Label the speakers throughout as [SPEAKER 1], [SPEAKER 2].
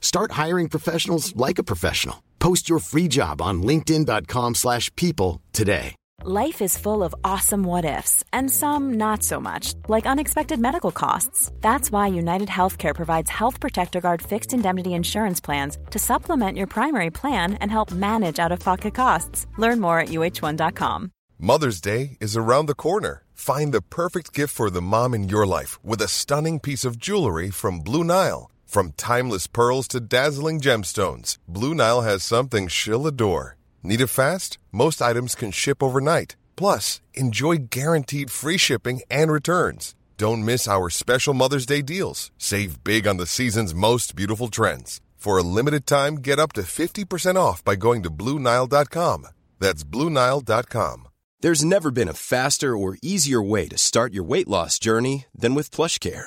[SPEAKER 1] Start hiring professionals like a professional. Post your free job on linkedin.com/people slash people today.
[SPEAKER 2] Life is full of awesome what ifs, and some not so much, like unexpected medical costs. That's why United Healthcare provides Health Protector Guard fixed indemnity insurance plans to supplement your primary plan and help manage out of pocket costs. Learn more at uh1.com.
[SPEAKER 3] Mother's Day is around the corner. Find the perfect gift for the mom in your life with a stunning piece of jewelry from Blue Nile. From timeless pearls to dazzling gemstones, Blue Nile has something she'll adore. Need it fast? Most items can ship overnight. Plus, enjoy guaranteed free shipping and returns. Don't miss our special Mother's Day deals. Save big on the season's most beautiful trends. For a limited time, get up to 50% off by going to BlueNile.com. That's BlueNile.com.
[SPEAKER 4] There's never been a faster or easier way to start your weight loss journey than with PlushCare.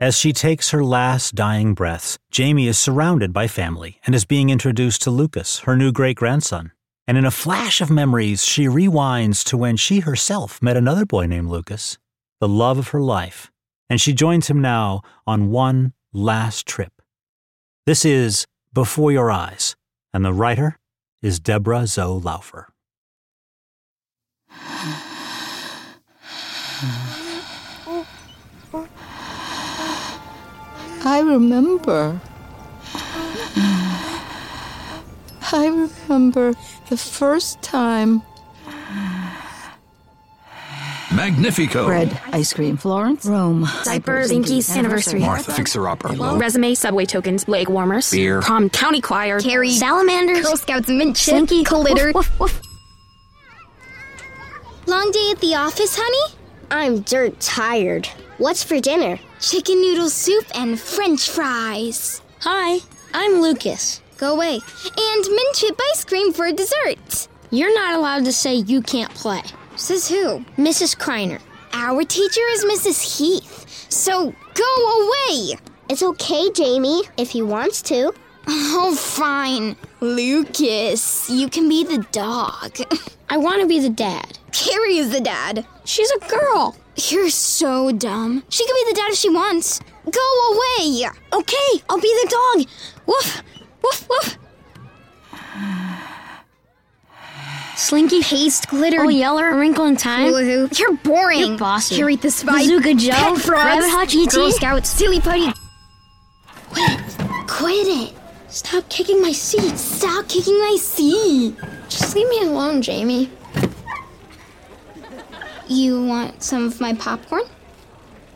[SPEAKER 5] As she takes her last dying breaths, Jamie is surrounded by family and is being introduced to Lucas, her new great grandson. And in a flash of memories, she rewinds to when she herself met another boy named Lucas, the love of her life, and she joins him now on one last trip. This is Before Your Eyes, and the writer is Deborah Zoe Laufer.
[SPEAKER 6] I remember. I remember the first time.
[SPEAKER 7] Magnifico.
[SPEAKER 8] Bread, ice cream, Florence,
[SPEAKER 9] Rome,
[SPEAKER 10] diapers, Binky's anniversary,
[SPEAKER 11] Martha, fixer upper,
[SPEAKER 10] resume, subway tokens, leg warmers,
[SPEAKER 11] beer,
[SPEAKER 10] prom, county choir,
[SPEAKER 12] Carrie,
[SPEAKER 10] salamanders,
[SPEAKER 12] Girl Scouts, mint chip,
[SPEAKER 10] Slinky,
[SPEAKER 12] glitter.
[SPEAKER 10] Woof, woof, woof.
[SPEAKER 12] Long day at the office, honey? I'm dirt tired. What's for dinner? Chicken noodle soup and french fries.
[SPEAKER 13] Hi, I'm Lucas.
[SPEAKER 12] Go away. And mint chip ice cream for dessert.
[SPEAKER 13] You're not allowed to say you can't play.
[SPEAKER 12] Says who?
[SPEAKER 13] Mrs. Kreiner.
[SPEAKER 12] Our teacher is Mrs. Heath. So go away. It's okay, Jamie, if he wants to. Oh, fine. Lucas, you can be the dog.
[SPEAKER 13] I want to be the dad.
[SPEAKER 12] Carrie is the dad.
[SPEAKER 13] She's a girl.
[SPEAKER 12] You're so dumb. She can be the dad if she wants. Go away!
[SPEAKER 13] Okay, I'll be the dog. Woof, woof, woof.
[SPEAKER 10] Slinky paste, glitter,
[SPEAKER 13] Oh, Yeller, A Wrinkle in Time.
[SPEAKER 12] Hula hoop. You're boring.
[SPEAKER 13] You're bossy.
[SPEAKER 12] Harry the Spy.
[SPEAKER 13] Bazooka Joe.
[SPEAKER 12] Pet frogs.
[SPEAKER 13] Rabbit Hutch, E.T..
[SPEAKER 12] Girl Scouts. Silly putty. Wait. Quit it.
[SPEAKER 13] Stop kicking my seats.
[SPEAKER 12] Stop kicking my seat.
[SPEAKER 13] Just leave me alone, Jamie.
[SPEAKER 12] You want some of my popcorn?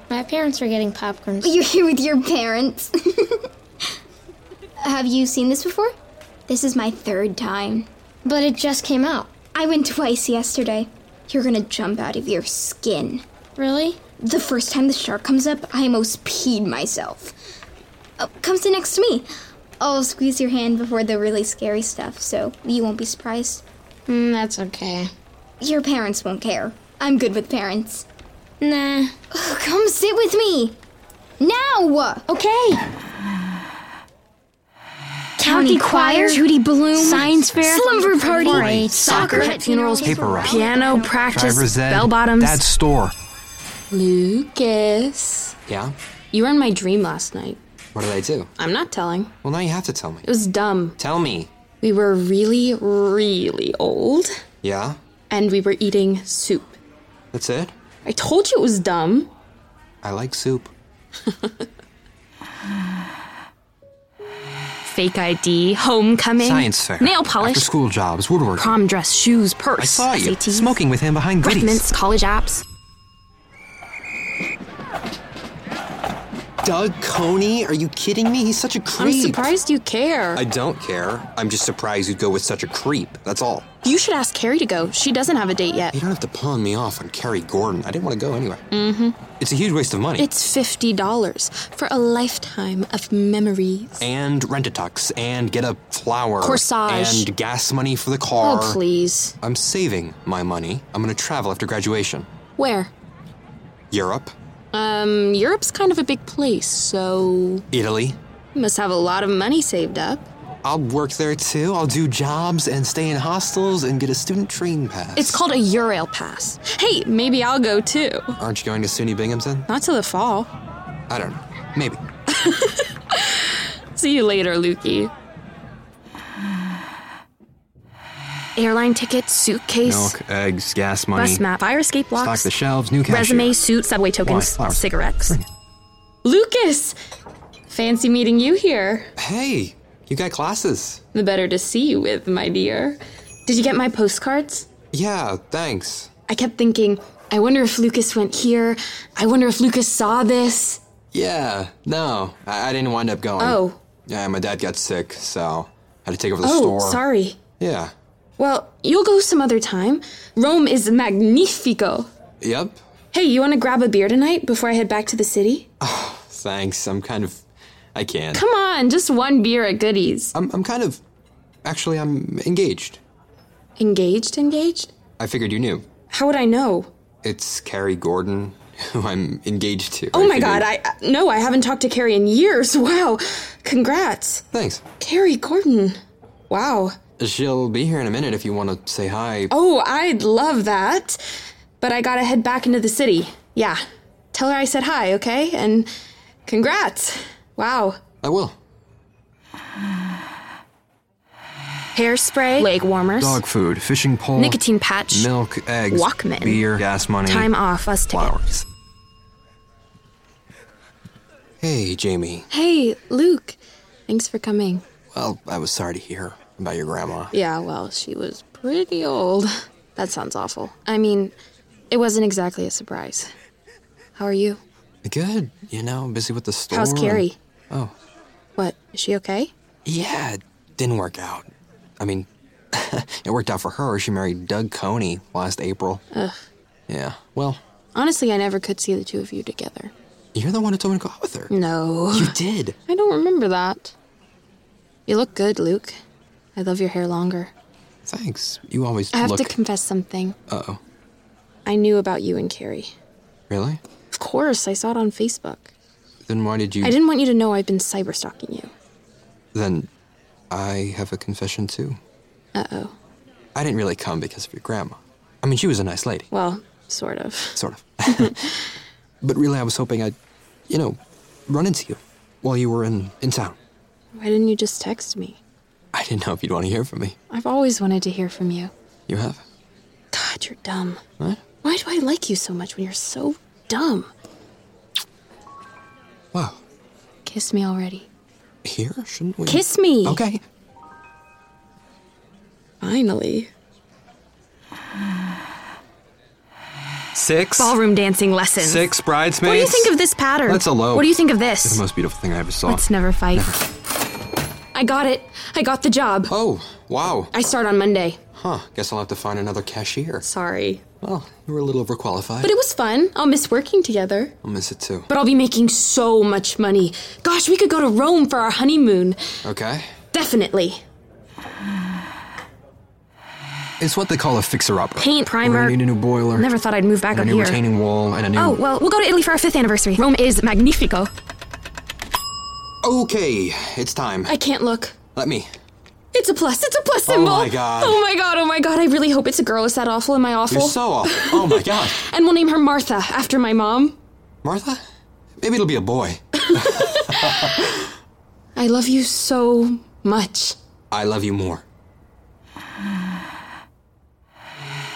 [SPEAKER 13] My parents are getting popcorn.
[SPEAKER 12] You're here with your parents. Have you seen this before? This is my third time.
[SPEAKER 13] But it just came out.
[SPEAKER 12] I went twice yesterday. You're gonna jump out of your skin.
[SPEAKER 13] Really?
[SPEAKER 12] The first time the shark comes up, I almost peed myself. Oh, come sit next to me. I'll squeeze your hand before the really scary stuff, so you won't be surprised.
[SPEAKER 13] Mm, that's okay.
[SPEAKER 12] Your parents won't care. I'm good with parents.
[SPEAKER 13] Nah.
[SPEAKER 12] Ugh, come sit with me. Now!
[SPEAKER 13] Okay.
[SPEAKER 12] County choir,
[SPEAKER 13] Judy Bloom,
[SPEAKER 12] science fair,
[SPEAKER 13] slumber party,
[SPEAKER 12] 4-H,
[SPEAKER 13] soccer,
[SPEAKER 12] soccer,
[SPEAKER 13] pet funerals,
[SPEAKER 11] paper route,
[SPEAKER 10] piano practice,
[SPEAKER 11] driver's ed,
[SPEAKER 10] bell bottoms.
[SPEAKER 11] dad's store.
[SPEAKER 13] Lucas.
[SPEAKER 14] Yeah?
[SPEAKER 13] You were in my dream last night.
[SPEAKER 14] What did I do?
[SPEAKER 13] I'm not telling.
[SPEAKER 14] Well, now you have to tell me.
[SPEAKER 13] It was dumb.
[SPEAKER 14] Tell me.
[SPEAKER 13] We were really, really old,
[SPEAKER 14] Yeah?
[SPEAKER 13] and we were eating soup.
[SPEAKER 14] That's it?
[SPEAKER 2] I told you it was dumb.
[SPEAKER 11] I like soup.
[SPEAKER 2] Fake ID, homecoming,
[SPEAKER 11] Science fair.
[SPEAKER 2] nail polish,
[SPEAKER 11] After school jobs, woodworking.
[SPEAKER 2] prom dress, shoes, purse.
[SPEAKER 11] I saw you
[SPEAKER 2] SATs,
[SPEAKER 11] smoking with him behind goodies.
[SPEAKER 2] Breath mints, college apps.
[SPEAKER 11] Doug Coney? Are you kidding me? He's such a creep.
[SPEAKER 2] I'm surprised you care.
[SPEAKER 11] I don't care. I'm just surprised you'd go with such a creep. That's all.
[SPEAKER 2] you should ask Carrie to go. She doesn't have a date yet.
[SPEAKER 11] You don't have to pawn me off on Carrie Gordon. I didn't want to go anyway.
[SPEAKER 2] Mm-hmm.
[SPEAKER 11] It's a huge waste of money.
[SPEAKER 2] It's $50 for a lifetime of memories.
[SPEAKER 11] and rent a tux and get a flower.
[SPEAKER 2] Corsage.
[SPEAKER 11] And gas money for the car.
[SPEAKER 2] Oh, please.
[SPEAKER 11] I'm saving my money. I'm going to travel after graduation.
[SPEAKER 2] Where?
[SPEAKER 11] Europe,
[SPEAKER 2] Um, Europe's kind of a big place, so
[SPEAKER 11] Italy.
[SPEAKER 2] you must have a lot of money saved up.
[SPEAKER 11] I'll work there too. I'll do jobs and stay in hostels and get a student train pass.
[SPEAKER 2] It's called a Eurail pass. Hey, maybe I'll go too.
[SPEAKER 11] Aren't you going to SUNY Binghamton?
[SPEAKER 2] Not till the fall.
[SPEAKER 11] I don't know. Maybe.
[SPEAKER 2] See you later, Lukey. Airline tickets, suitcase,
[SPEAKER 11] Milk, eggs, gas money.
[SPEAKER 2] bus map, fire escape
[SPEAKER 11] Stock
[SPEAKER 2] locks,
[SPEAKER 11] the shelves, new cashier.
[SPEAKER 2] resume, suit, subway
[SPEAKER 11] Wine,
[SPEAKER 2] tokens,
[SPEAKER 11] flowers.
[SPEAKER 2] cigarettes. Lucas! Fancy meeting you here.
[SPEAKER 11] Hey, you got classes.
[SPEAKER 2] The better to see you with, my dear. Did you get my postcards?
[SPEAKER 11] Yeah, thanks.
[SPEAKER 2] I kept thinking, I wonder if Lucas went here. I wonder if Lucas saw this.
[SPEAKER 11] Yeah, no, I, I didn't wind up going.
[SPEAKER 2] Oh.
[SPEAKER 11] Yeah, my dad got sick, so I had to take over the
[SPEAKER 2] oh,
[SPEAKER 11] store.
[SPEAKER 2] sorry.
[SPEAKER 11] Yeah.
[SPEAKER 2] Well, you'll go some other time. Rome is magnifico.
[SPEAKER 11] Yep.
[SPEAKER 2] Hey, you want to grab a beer tonight before I head back to the city?
[SPEAKER 11] Thanks. I'm kind of. I can't.
[SPEAKER 2] Come on, Ah, just one beer at Goodies.
[SPEAKER 11] I'm, I'm kind of. Actually, I'm engaged.
[SPEAKER 2] Engaged, engaged?
[SPEAKER 11] I figured you knew.
[SPEAKER 2] How would I know?
[SPEAKER 11] It's Carrie Gordon, who I'm engaged to.
[SPEAKER 2] Oh
[SPEAKER 11] I
[SPEAKER 2] my
[SPEAKER 11] figured-
[SPEAKER 2] god, I. I- No, I haven't talked to Carrie in years. Wow. Congrats.
[SPEAKER 11] Thanks.
[SPEAKER 2] Carrie Gordon. Wow.
[SPEAKER 11] She'll be here in a minute if you want to say hi.
[SPEAKER 2] Oh, I'd love that. But I gotta head back into the city. Yeah. Tell her I said hi, okay? And congrats. Wow.
[SPEAKER 11] I will.
[SPEAKER 2] Hairspray, leg warmers,
[SPEAKER 11] Dog food, fishing pole,
[SPEAKER 2] nicotine patch,
[SPEAKER 11] milk, eggs,
[SPEAKER 2] Walkman,
[SPEAKER 11] beer, gas money,
[SPEAKER 2] time off, us ticket.
[SPEAKER 11] flowers. Hey, Jamie.
[SPEAKER 2] Hey, Luke. Thanks for coming.
[SPEAKER 11] Well, I was sorry to hear about your grandma.
[SPEAKER 2] Yeah, well, she was pretty old. That sounds awful. I mean, it wasn't exactly a surprise. How are you?
[SPEAKER 11] Good, you know, busy with the store.
[SPEAKER 2] How's
[SPEAKER 11] and-
[SPEAKER 2] Carrie?
[SPEAKER 11] Oh,
[SPEAKER 2] What? Is she okay?
[SPEAKER 11] yeah, it didn't work out. I mean, it worked out for her. She married Doug Coney last April.
[SPEAKER 2] Ugh.
[SPEAKER 11] Yeah, well,
[SPEAKER 2] Honestly, I never could see the two of you together.
[SPEAKER 11] you're the one who told me to go out with her.
[SPEAKER 2] Mm. No.
[SPEAKER 11] You did.
[SPEAKER 2] I don't remember that. You look good, Luke. I love your hair longer.
[SPEAKER 11] Thanks. You always
[SPEAKER 2] I have
[SPEAKER 11] look.
[SPEAKER 2] to confess something.
[SPEAKER 11] uh oh.
[SPEAKER 2] I knew about you and Carrie.
[SPEAKER 11] Really?
[SPEAKER 2] Of course, I saw it on Facebook.
[SPEAKER 11] Then why did you.
[SPEAKER 2] I didn't want you to know I've been cyberstalking you.
[SPEAKER 11] Then I have a confession too.
[SPEAKER 2] Uh oh.
[SPEAKER 11] I didn't really come because of your grandma. I mean, she was a nice lady,
[SPEAKER 2] Well, sort of.
[SPEAKER 11] sort of. but really, I was hoping I'd, you know, run into you while you were in, in town.
[SPEAKER 2] Why didn't you just text me?
[SPEAKER 11] I didn't know if you'd want to hear from me.
[SPEAKER 2] I've always wanted to hear from you.
[SPEAKER 11] You have?
[SPEAKER 2] God, you're dumb.
[SPEAKER 11] What?
[SPEAKER 2] Why do I like you so much when you're so dumb?
[SPEAKER 11] Wow.
[SPEAKER 2] Kiss me already.
[SPEAKER 11] Here? Shouldn't we?
[SPEAKER 2] Kiss me!
[SPEAKER 11] Okay.
[SPEAKER 2] Finally.
[SPEAKER 11] Six.
[SPEAKER 2] Ballroom dancing lessons.
[SPEAKER 11] Six bridesmaids.
[SPEAKER 2] What do you think of this pattern?
[SPEAKER 11] That's a low.
[SPEAKER 2] What do you think of
[SPEAKER 11] It's
[SPEAKER 2] this?
[SPEAKER 11] the most beautiful thing I ever saw.
[SPEAKER 2] Let's never fight. I got it. I got the job.
[SPEAKER 11] Oh, wow.
[SPEAKER 2] I start on Monday.
[SPEAKER 11] Huh. Guess I'll have to find another cashier.
[SPEAKER 2] Sorry.
[SPEAKER 11] Well, you were a little overqualified.
[SPEAKER 2] But it was fun. I'll miss working together.
[SPEAKER 11] I'll miss it too.
[SPEAKER 2] But I'll be making so much money. Gosh, we could go to Rome for our honeymoon.
[SPEAKER 11] Okay.
[SPEAKER 2] Definitely.
[SPEAKER 11] It's what they call a fixer-upper.
[SPEAKER 2] Paint,
[SPEAKER 11] We're
[SPEAKER 2] primer.
[SPEAKER 11] gonna need a new boiler.
[SPEAKER 2] Never thought I'd move back
[SPEAKER 11] and a
[SPEAKER 2] up
[SPEAKER 11] new
[SPEAKER 2] here.
[SPEAKER 11] retaining wall and a new.
[SPEAKER 2] Oh, well, we'll go to Italy for our fifth anniversary. Rome is magnifico.
[SPEAKER 11] Okay, it's time.
[SPEAKER 2] I can't look.
[SPEAKER 11] Let me.
[SPEAKER 2] It's a plus. It's a plus symbol.
[SPEAKER 11] my God.
[SPEAKER 2] Oh my god. Oh my god. I really hope it's a girl. Is that awful? Am I awful?
[SPEAKER 11] You're so awful. Oh my god,
[SPEAKER 2] and we'll name her Martha after my mom.
[SPEAKER 11] Martha. Maybe it'll be a boy.
[SPEAKER 2] I love you so much.
[SPEAKER 11] I love you more.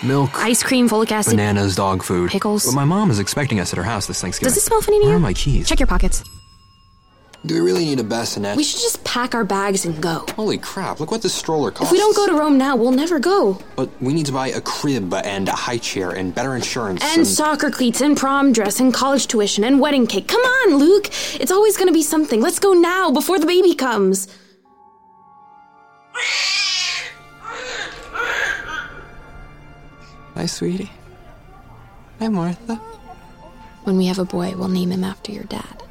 [SPEAKER 11] Milk.
[SPEAKER 15] Ice cream, folic acid.
[SPEAKER 11] Bananas, dog food.
[SPEAKER 15] Pickles.
[SPEAKER 11] But my mom is expecting us at her house this Thanksgiving.
[SPEAKER 15] Does this smell funny to you?
[SPEAKER 11] Where are my keys?
[SPEAKER 15] Check your pockets.
[SPEAKER 11] Do we really need a bassinet?
[SPEAKER 15] We should just pack our bags and go.
[SPEAKER 11] Holy crap, look what this stroller costs.
[SPEAKER 15] If we don't go to Rome now, we'll never go.
[SPEAKER 11] But we need to buy a crib and a high chair and better insurance.
[SPEAKER 15] And soccer cleats and prom dress and college tuition and wedding cake. Come on, Luke. It's always going to be something. Let's go now before the baby comes.
[SPEAKER 11] Hi, sweetie. Hi, Martha.
[SPEAKER 15] When we have a boy, we'll name him after your dad.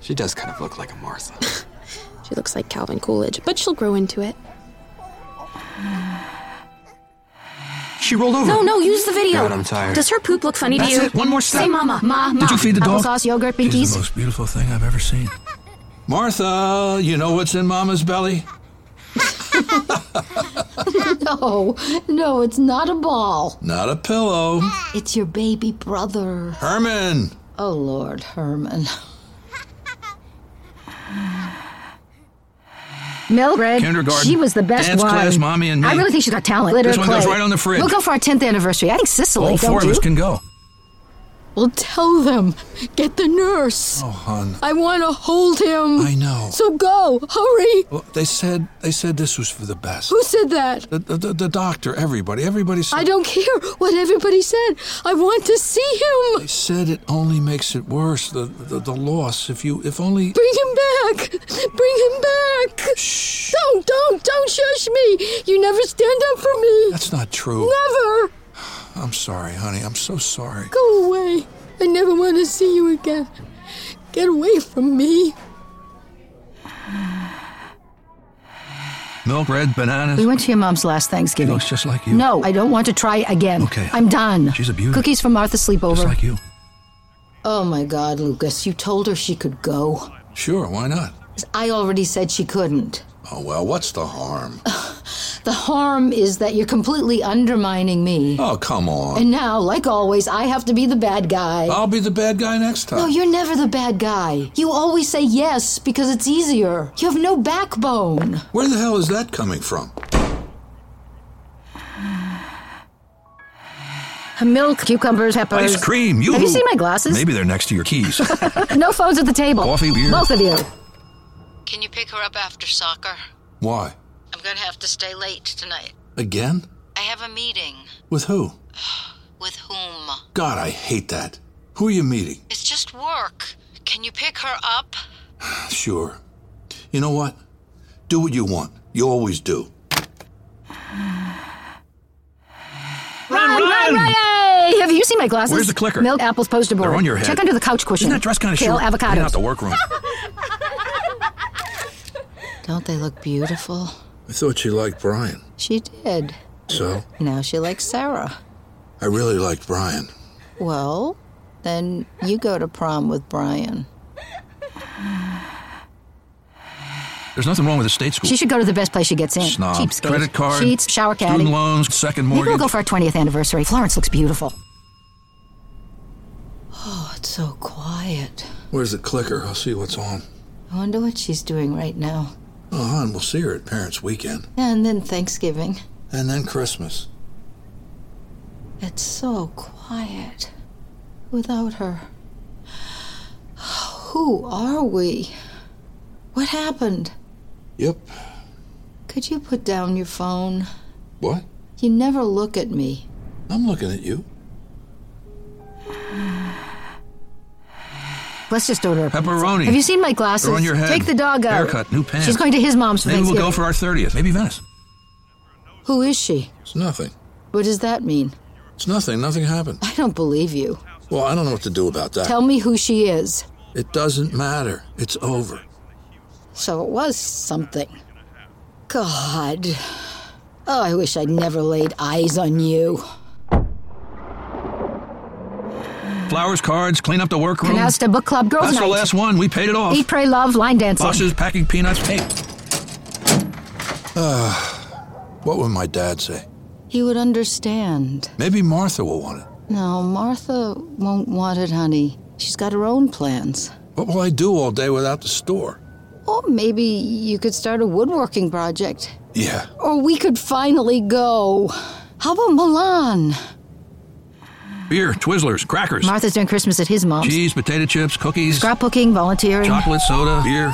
[SPEAKER 11] She does kind of look like a Martha.
[SPEAKER 15] She looks like Calvin Coolidge, but she'll grow into it.
[SPEAKER 11] she rolled over.
[SPEAKER 15] No, no, use the video.
[SPEAKER 11] God, I'm tired.
[SPEAKER 15] Does her poop look funny
[SPEAKER 4] That's
[SPEAKER 15] to you?
[SPEAKER 4] it. One more step.
[SPEAKER 15] Say mama. Ma, ma.
[SPEAKER 4] Did you feed the dog?
[SPEAKER 15] Applesauce, yogurt,
[SPEAKER 4] She's
[SPEAKER 15] pinkies.
[SPEAKER 4] the most beautiful thing I've ever seen. Martha, you know what's in Mama's belly?
[SPEAKER 2] Oh,
[SPEAKER 16] no, no, it's not a ball.
[SPEAKER 4] Not a pillow.
[SPEAKER 17] Mm.
[SPEAKER 16] It's your baby brother.
[SPEAKER 4] Herman.
[SPEAKER 16] Oh, Lord, Herman.
[SPEAKER 17] Mildred,
[SPEAKER 4] Kindergarten.
[SPEAKER 17] she was the best
[SPEAKER 4] Dance
[SPEAKER 17] one.
[SPEAKER 4] class, mommy and me.
[SPEAKER 17] I really think she's got talent. Let her
[SPEAKER 4] This one goes
[SPEAKER 17] play.
[SPEAKER 4] right on the fridge.
[SPEAKER 17] We'll go for our 10th anniversary. I think Sicily,
[SPEAKER 4] All
[SPEAKER 17] don't
[SPEAKER 4] four of
[SPEAKER 17] you?
[SPEAKER 4] us can go.
[SPEAKER 16] Well, tell them. Get the nurse.
[SPEAKER 4] Oh, hon.
[SPEAKER 16] I want to hold him.
[SPEAKER 4] I know.
[SPEAKER 16] So go. Hurry.
[SPEAKER 4] Well, they said they said this was for the best.
[SPEAKER 16] Who said that?
[SPEAKER 4] The, the, the, the doctor, everybody, everybody said.
[SPEAKER 16] I don't care what everybody said. I want to see him.
[SPEAKER 4] They said it only makes it worse. The, the the loss. If you if only.
[SPEAKER 16] Bring him back! Bring him back! Don't, don't, don't shush me! You never stand up for me!
[SPEAKER 4] That's not true.
[SPEAKER 16] Never!
[SPEAKER 4] I'm sorry, honey. I'm so sorry.
[SPEAKER 16] Go away! I never want to see you again. Get away from me!
[SPEAKER 4] Milk, bread, bananas.
[SPEAKER 17] We went to your mom's last Thanksgiving.
[SPEAKER 4] She looks just like you.
[SPEAKER 17] No, I don't want to try again.
[SPEAKER 4] Okay.
[SPEAKER 17] I'm done.
[SPEAKER 4] She's a beauty.
[SPEAKER 17] Cookies from Martha Sleepover.
[SPEAKER 4] Just like you.
[SPEAKER 2] Oh my God, Lucas, you told her she could go.
[SPEAKER 4] Sure, why not?
[SPEAKER 2] I already said she couldn't.
[SPEAKER 4] Oh, well, what's the harm?
[SPEAKER 2] The harm is that you're completely undermining
[SPEAKER 17] Mm.
[SPEAKER 2] me.
[SPEAKER 4] Oh, come on.
[SPEAKER 2] And now, like always, I have to be the bad guy.
[SPEAKER 4] I'll be the bad guy next time.
[SPEAKER 2] No, you're never the bad guy. You always say yes because it's easier. You have no backbone.
[SPEAKER 4] Where the hell is that coming from?
[SPEAKER 17] Milk, cucumbers, peppers.
[SPEAKER 4] Ice cream, you.
[SPEAKER 17] Have you seen my glasses?
[SPEAKER 4] Maybe they're next to your keys.
[SPEAKER 17] no phones at the table.
[SPEAKER 4] Coffee, beer.
[SPEAKER 17] Both of you.
[SPEAKER 12] Can you pick her up after soccer?
[SPEAKER 4] why?
[SPEAKER 12] I'm gonna have to stay late tonight.
[SPEAKER 4] Again?
[SPEAKER 12] I have a meeting.
[SPEAKER 4] With who?
[SPEAKER 12] With whom?
[SPEAKER 4] God, I hate that. Who are you meeting?
[SPEAKER 12] It's just work. Can you pick her up?
[SPEAKER 4] Sure. You know what? Do what you want. You always do.
[SPEAKER 17] Ryan, Ryan, Ryan! Have you seen my glasses?
[SPEAKER 4] Where's the clicker?
[SPEAKER 17] Milk, apples, poster board.
[SPEAKER 4] They're on your head.
[SPEAKER 17] Check under the couch cushion.
[SPEAKER 4] Isn't that dress kind of
[SPEAKER 17] Kale,
[SPEAKER 4] short? Get
[SPEAKER 17] avocados.
[SPEAKER 4] out the workroom.
[SPEAKER 2] Don't they look beautiful?
[SPEAKER 4] I thought you liked Brian.
[SPEAKER 2] She did.
[SPEAKER 4] So?
[SPEAKER 2] Now she likes Sarah.
[SPEAKER 4] I really liked Brian.
[SPEAKER 2] Well, then you go to prom with Brian.
[SPEAKER 4] There's nothing wrong with a state school.
[SPEAKER 17] She should go to the best place she gets in.
[SPEAKER 4] Snob.
[SPEAKER 17] Cheapskate.
[SPEAKER 4] Credit card.
[SPEAKER 17] Sheets, shower caddy.
[SPEAKER 4] Student loans, second
[SPEAKER 17] Maybe
[SPEAKER 4] mortgage.
[SPEAKER 17] we'll go for our 20th anniversary. Florence looks beautiful.
[SPEAKER 2] Oh, it's so quiet.
[SPEAKER 4] Where's the clicker? I'll see what's on.
[SPEAKER 2] I wonder what she's doing right now.
[SPEAKER 4] Oh, hon, we'll see her at Parents' Weekend.
[SPEAKER 2] And then Thanksgiving.
[SPEAKER 4] And then Christmas.
[SPEAKER 2] It's so quiet without her. Who are we? What happened?
[SPEAKER 4] Yep.
[SPEAKER 2] Could you put down your phone?
[SPEAKER 4] What?
[SPEAKER 2] You never look at me.
[SPEAKER 4] I'm looking at you.
[SPEAKER 17] Let's just order.
[SPEAKER 4] Pepperoni.
[SPEAKER 17] Have you seen my glasses?
[SPEAKER 4] They're on your head.
[SPEAKER 17] Take the dog out.
[SPEAKER 4] Haircut, new pants.
[SPEAKER 17] She's going to his mom's for
[SPEAKER 4] Maybe we'll go
[SPEAKER 17] Thanksgiving.
[SPEAKER 4] for our 30th. Maybe Venice.
[SPEAKER 2] Who is she?
[SPEAKER 4] It's nothing.
[SPEAKER 2] What does that mean?
[SPEAKER 4] It's nothing. Nothing happened.
[SPEAKER 2] I don't believe you.
[SPEAKER 4] Well, I don't know what to do about that.
[SPEAKER 2] Tell me who she is.
[SPEAKER 4] It doesn't matter. It's over.
[SPEAKER 2] So it was something. God. Oh, I wish I'd never laid eyes on you.
[SPEAKER 4] Flowers, cards, clean up the workroom.
[SPEAKER 17] Canasta Book Club Girls
[SPEAKER 4] That's
[SPEAKER 17] Night.
[SPEAKER 4] the last one. We paid it off.
[SPEAKER 17] Eat, pray, love, line dancing.
[SPEAKER 4] Buses, packing peanuts. Hey. Ah, what would my dad say?
[SPEAKER 2] He would understand.
[SPEAKER 4] Maybe Martha will want it.
[SPEAKER 2] No, Martha won't want it, honey. She's got her own plans.
[SPEAKER 4] What will I do all day without the store?
[SPEAKER 2] Or maybe you could start a woodworking project.
[SPEAKER 4] Yeah.
[SPEAKER 2] Or we could finally go. How about Milan?
[SPEAKER 4] Beer, Twizzlers, crackers,
[SPEAKER 18] Martha's doing Christmas at his mom's.
[SPEAKER 4] cheese, potato chips, cookies,
[SPEAKER 18] Scrapbooking, volunteering.
[SPEAKER 4] chocolate, soda, beer.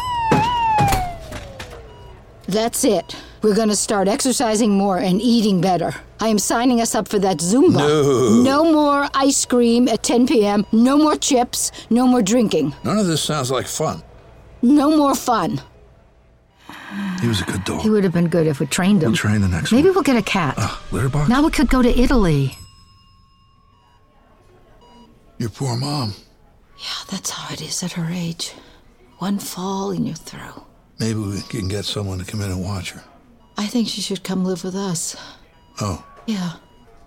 [SPEAKER 2] That's it. We're going to start exercising more and eating better. I am signing us up for that Zumba.
[SPEAKER 11] No.
[SPEAKER 2] No more ice cream at 10 p.m. No more chips. No more drinking.
[SPEAKER 11] None of this sounds like fun.
[SPEAKER 2] No more fun.
[SPEAKER 11] He was a good dog.
[SPEAKER 18] He would have been good if we trained him.
[SPEAKER 11] We'll train the next
[SPEAKER 18] Maybe we'll get a cat.
[SPEAKER 11] Ah, Litter box?
[SPEAKER 18] now we could go to Italy.
[SPEAKER 11] Your poor mom.
[SPEAKER 12] Yeah, that's how it is at her age. One fall and you're through.
[SPEAKER 11] Maybe we can get someone to come in and watch her.
[SPEAKER 12] I think she should come live with us.
[SPEAKER 11] Oh,
[SPEAKER 12] Yeah.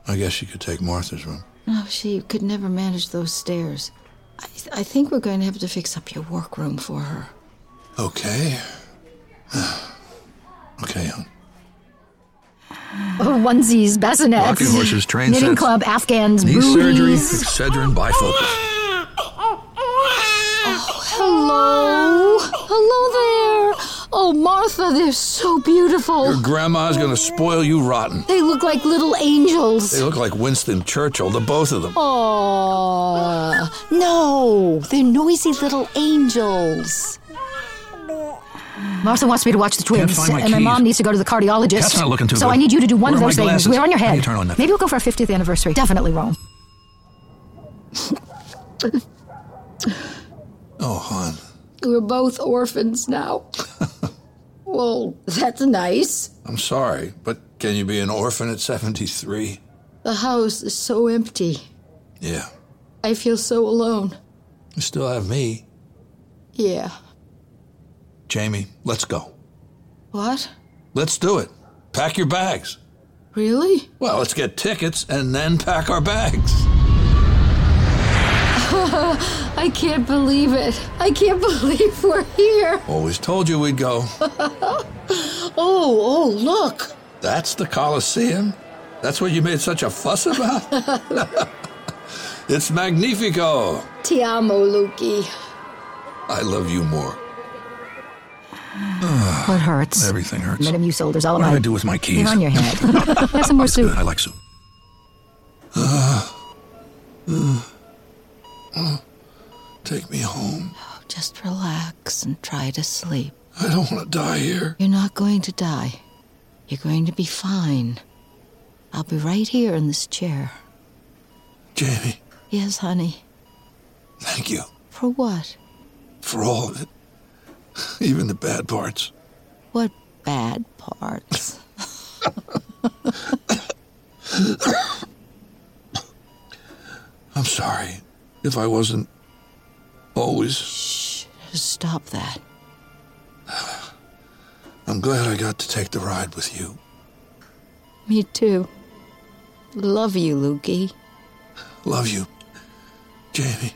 [SPEAKER 11] I guess she could take Martha's room.
[SPEAKER 12] No, she could never manage those stairs. I, I think we're going to have to fix up your workroom for her.
[SPEAKER 11] Okay. okay, hon.
[SPEAKER 18] Oh, onesies, bassinets,
[SPEAKER 4] Rocking horses, train
[SPEAKER 18] knitting
[SPEAKER 4] sets,
[SPEAKER 18] club, Afghans,
[SPEAKER 4] knee surgery,
[SPEAKER 18] booties.
[SPEAKER 4] Excedrin, bifocals.
[SPEAKER 2] Oh,
[SPEAKER 19] Hello. Hello there. Oh, Martha, they're so beautiful.
[SPEAKER 11] Your grandma's gonna spoil you rotten.
[SPEAKER 2] They look like little angels.
[SPEAKER 11] They look like Winston Churchill, the both of them.
[SPEAKER 2] Oh, no. They're noisy little angels.
[SPEAKER 18] Martha wants me to watch the twins,
[SPEAKER 4] find my
[SPEAKER 18] and my
[SPEAKER 4] keys.
[SPEAKER 18] mom needs to go to the cardiologist.
[SPEAKER 4] Cat's not looking too
[SPEAKER 18] so
[SPEAKER 4] good.
[SPEAKER 18] I need you to do one of
[SPEAKER 4] Where are
[SPEAKER 18] those
[SPEAKER 4] my
[SPEAKER 18] things.
[SPEAKER 4] glasses?
[SPEAKER 18] We're on your
[SPEAKER 4] How do
[SPEAKER 18] head.
[SPEAKER 4] you turn on that?
[SPEAKER 18] Maybe we'll go for our 50th anniversary. Definitely Rome.
[SPEAKER 11] Oh, hon.
[SPEAKER 19] We're both orphans now.
[SPEAKER 2] Well, that's nice.
[SPEAKER 11] I'm sorry, but can you be an orphan at 73?
[SPEAKER 19] The house is so empty.
[SPEAKER 11] Yeah.
[SPEAKER 19] I feel so alone.
[SPEAKER 11] You still have me.
[SPEAKER 19] Yeah.
[SPEAKER 11] Jamie, let's go.
[SPEAKER 12] What?
[SPEAKER 11] Let's do it. Pack your bags.
[SPEAKER 12] Really?
[SPEAKER 11] Well, let's get tickets and then pack our bags.
[SPEAKER 19] I can't believe it. I can't believe we're here.
[SPEAKER 11] Always told you we'd go.
[SPEAKER 19] Oh, oh, look.
[SPEAKER 11] That's the Colosseum? That's what you made such a fuss about? it's magnifico.
[SPEAKER 19] Ti amo, Luki.
[SPEAKER 11] I love you more.
[SPEAKER 18] What hurts?
[SPEAKER 11] Everything hurts.
[SPEAKER 18] Madam, you sold us all
[SPEAKER 11] What
[SPEAKER 18] of
[SPEAKER 11] do
[SPEAKER 18] my.
[SPEAKER 11] I do with my keys?
[SPEAKER 18] You're on your head. Have some more soup.
[SPEAKER 11] I like soup. Take me home.
[SPEAKER 18] Oh,
[SPEAKER 12] Just relax and try to sleep.
[SPEAKER 11] I don't want to die here.
[SPEAKER 12] You're not going to die. You're going to be fine. I'll be right here in this chair.
[SPEAKER 11] Jamie,
[SPEAKER 12] Yes, honey.
[SPEAKER 11] thank you
[SPEAKER 12] For what?
[SPEAKER 11] for all of it, even the bad parts.
[SPEAKER 12] What bad parts?
[SPEAKER 11] I'm sorry if I wasn't always.
[SPEAKER 12] Stop that.
[SPEAKER 11] I'm glad I got to take the ride with you.
[SPEAKER 12] Me too. Love you, Lukey.
[SPEAKER 11] Love you, Jamie.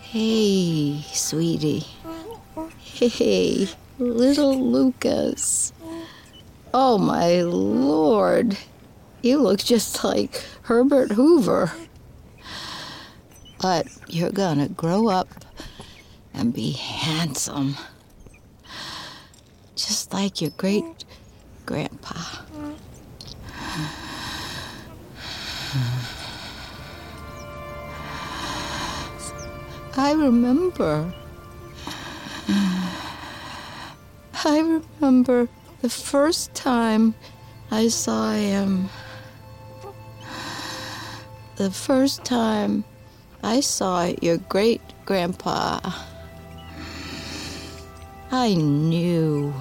[SPEAKER 12] Hey, sweetie. Hey, little Lucas. Oh, my lord. You look just like Herbert Hoover. But you're gonna grow up and be handsome. Just like your great grandpa. I remember. I remember the first time I saw him. The first time I saw your great grandpa. I knew.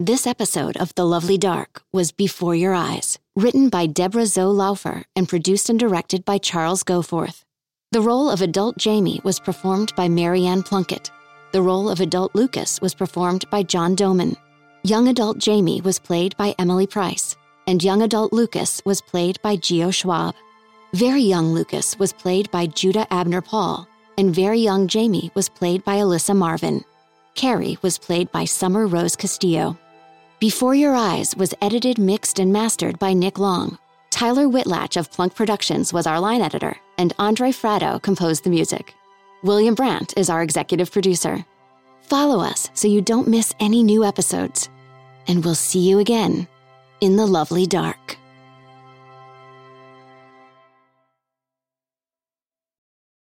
[SPEAKER 20] This episode of The Lovely Dark was Before Your Eyes, written by Deborah Zoe Laufer and produced and directed by Charles Goforth. The role of adult Jamie was performed by Marianne Plunkett. The role of adult Lucas was performed by John Doman. Young adult Jamie was played by Emily Price, and young adult Lucas was played by Geo Schwab. Very young Lucas was played by Judah Abner Paul, and very young Jamie was played by Alyssa Marvin. Carrie was played by Summer Rose Castillo. Before Your Eyes was edited, mixed, and mastered by Nick Long. Tyler Whitlatch of Plunk Productions was our line editor, and Andre Fratto composed the music. William Brandt is our executive producer. Follow us so you don't miss any new episodes. And we'll see you again in the lovely dark.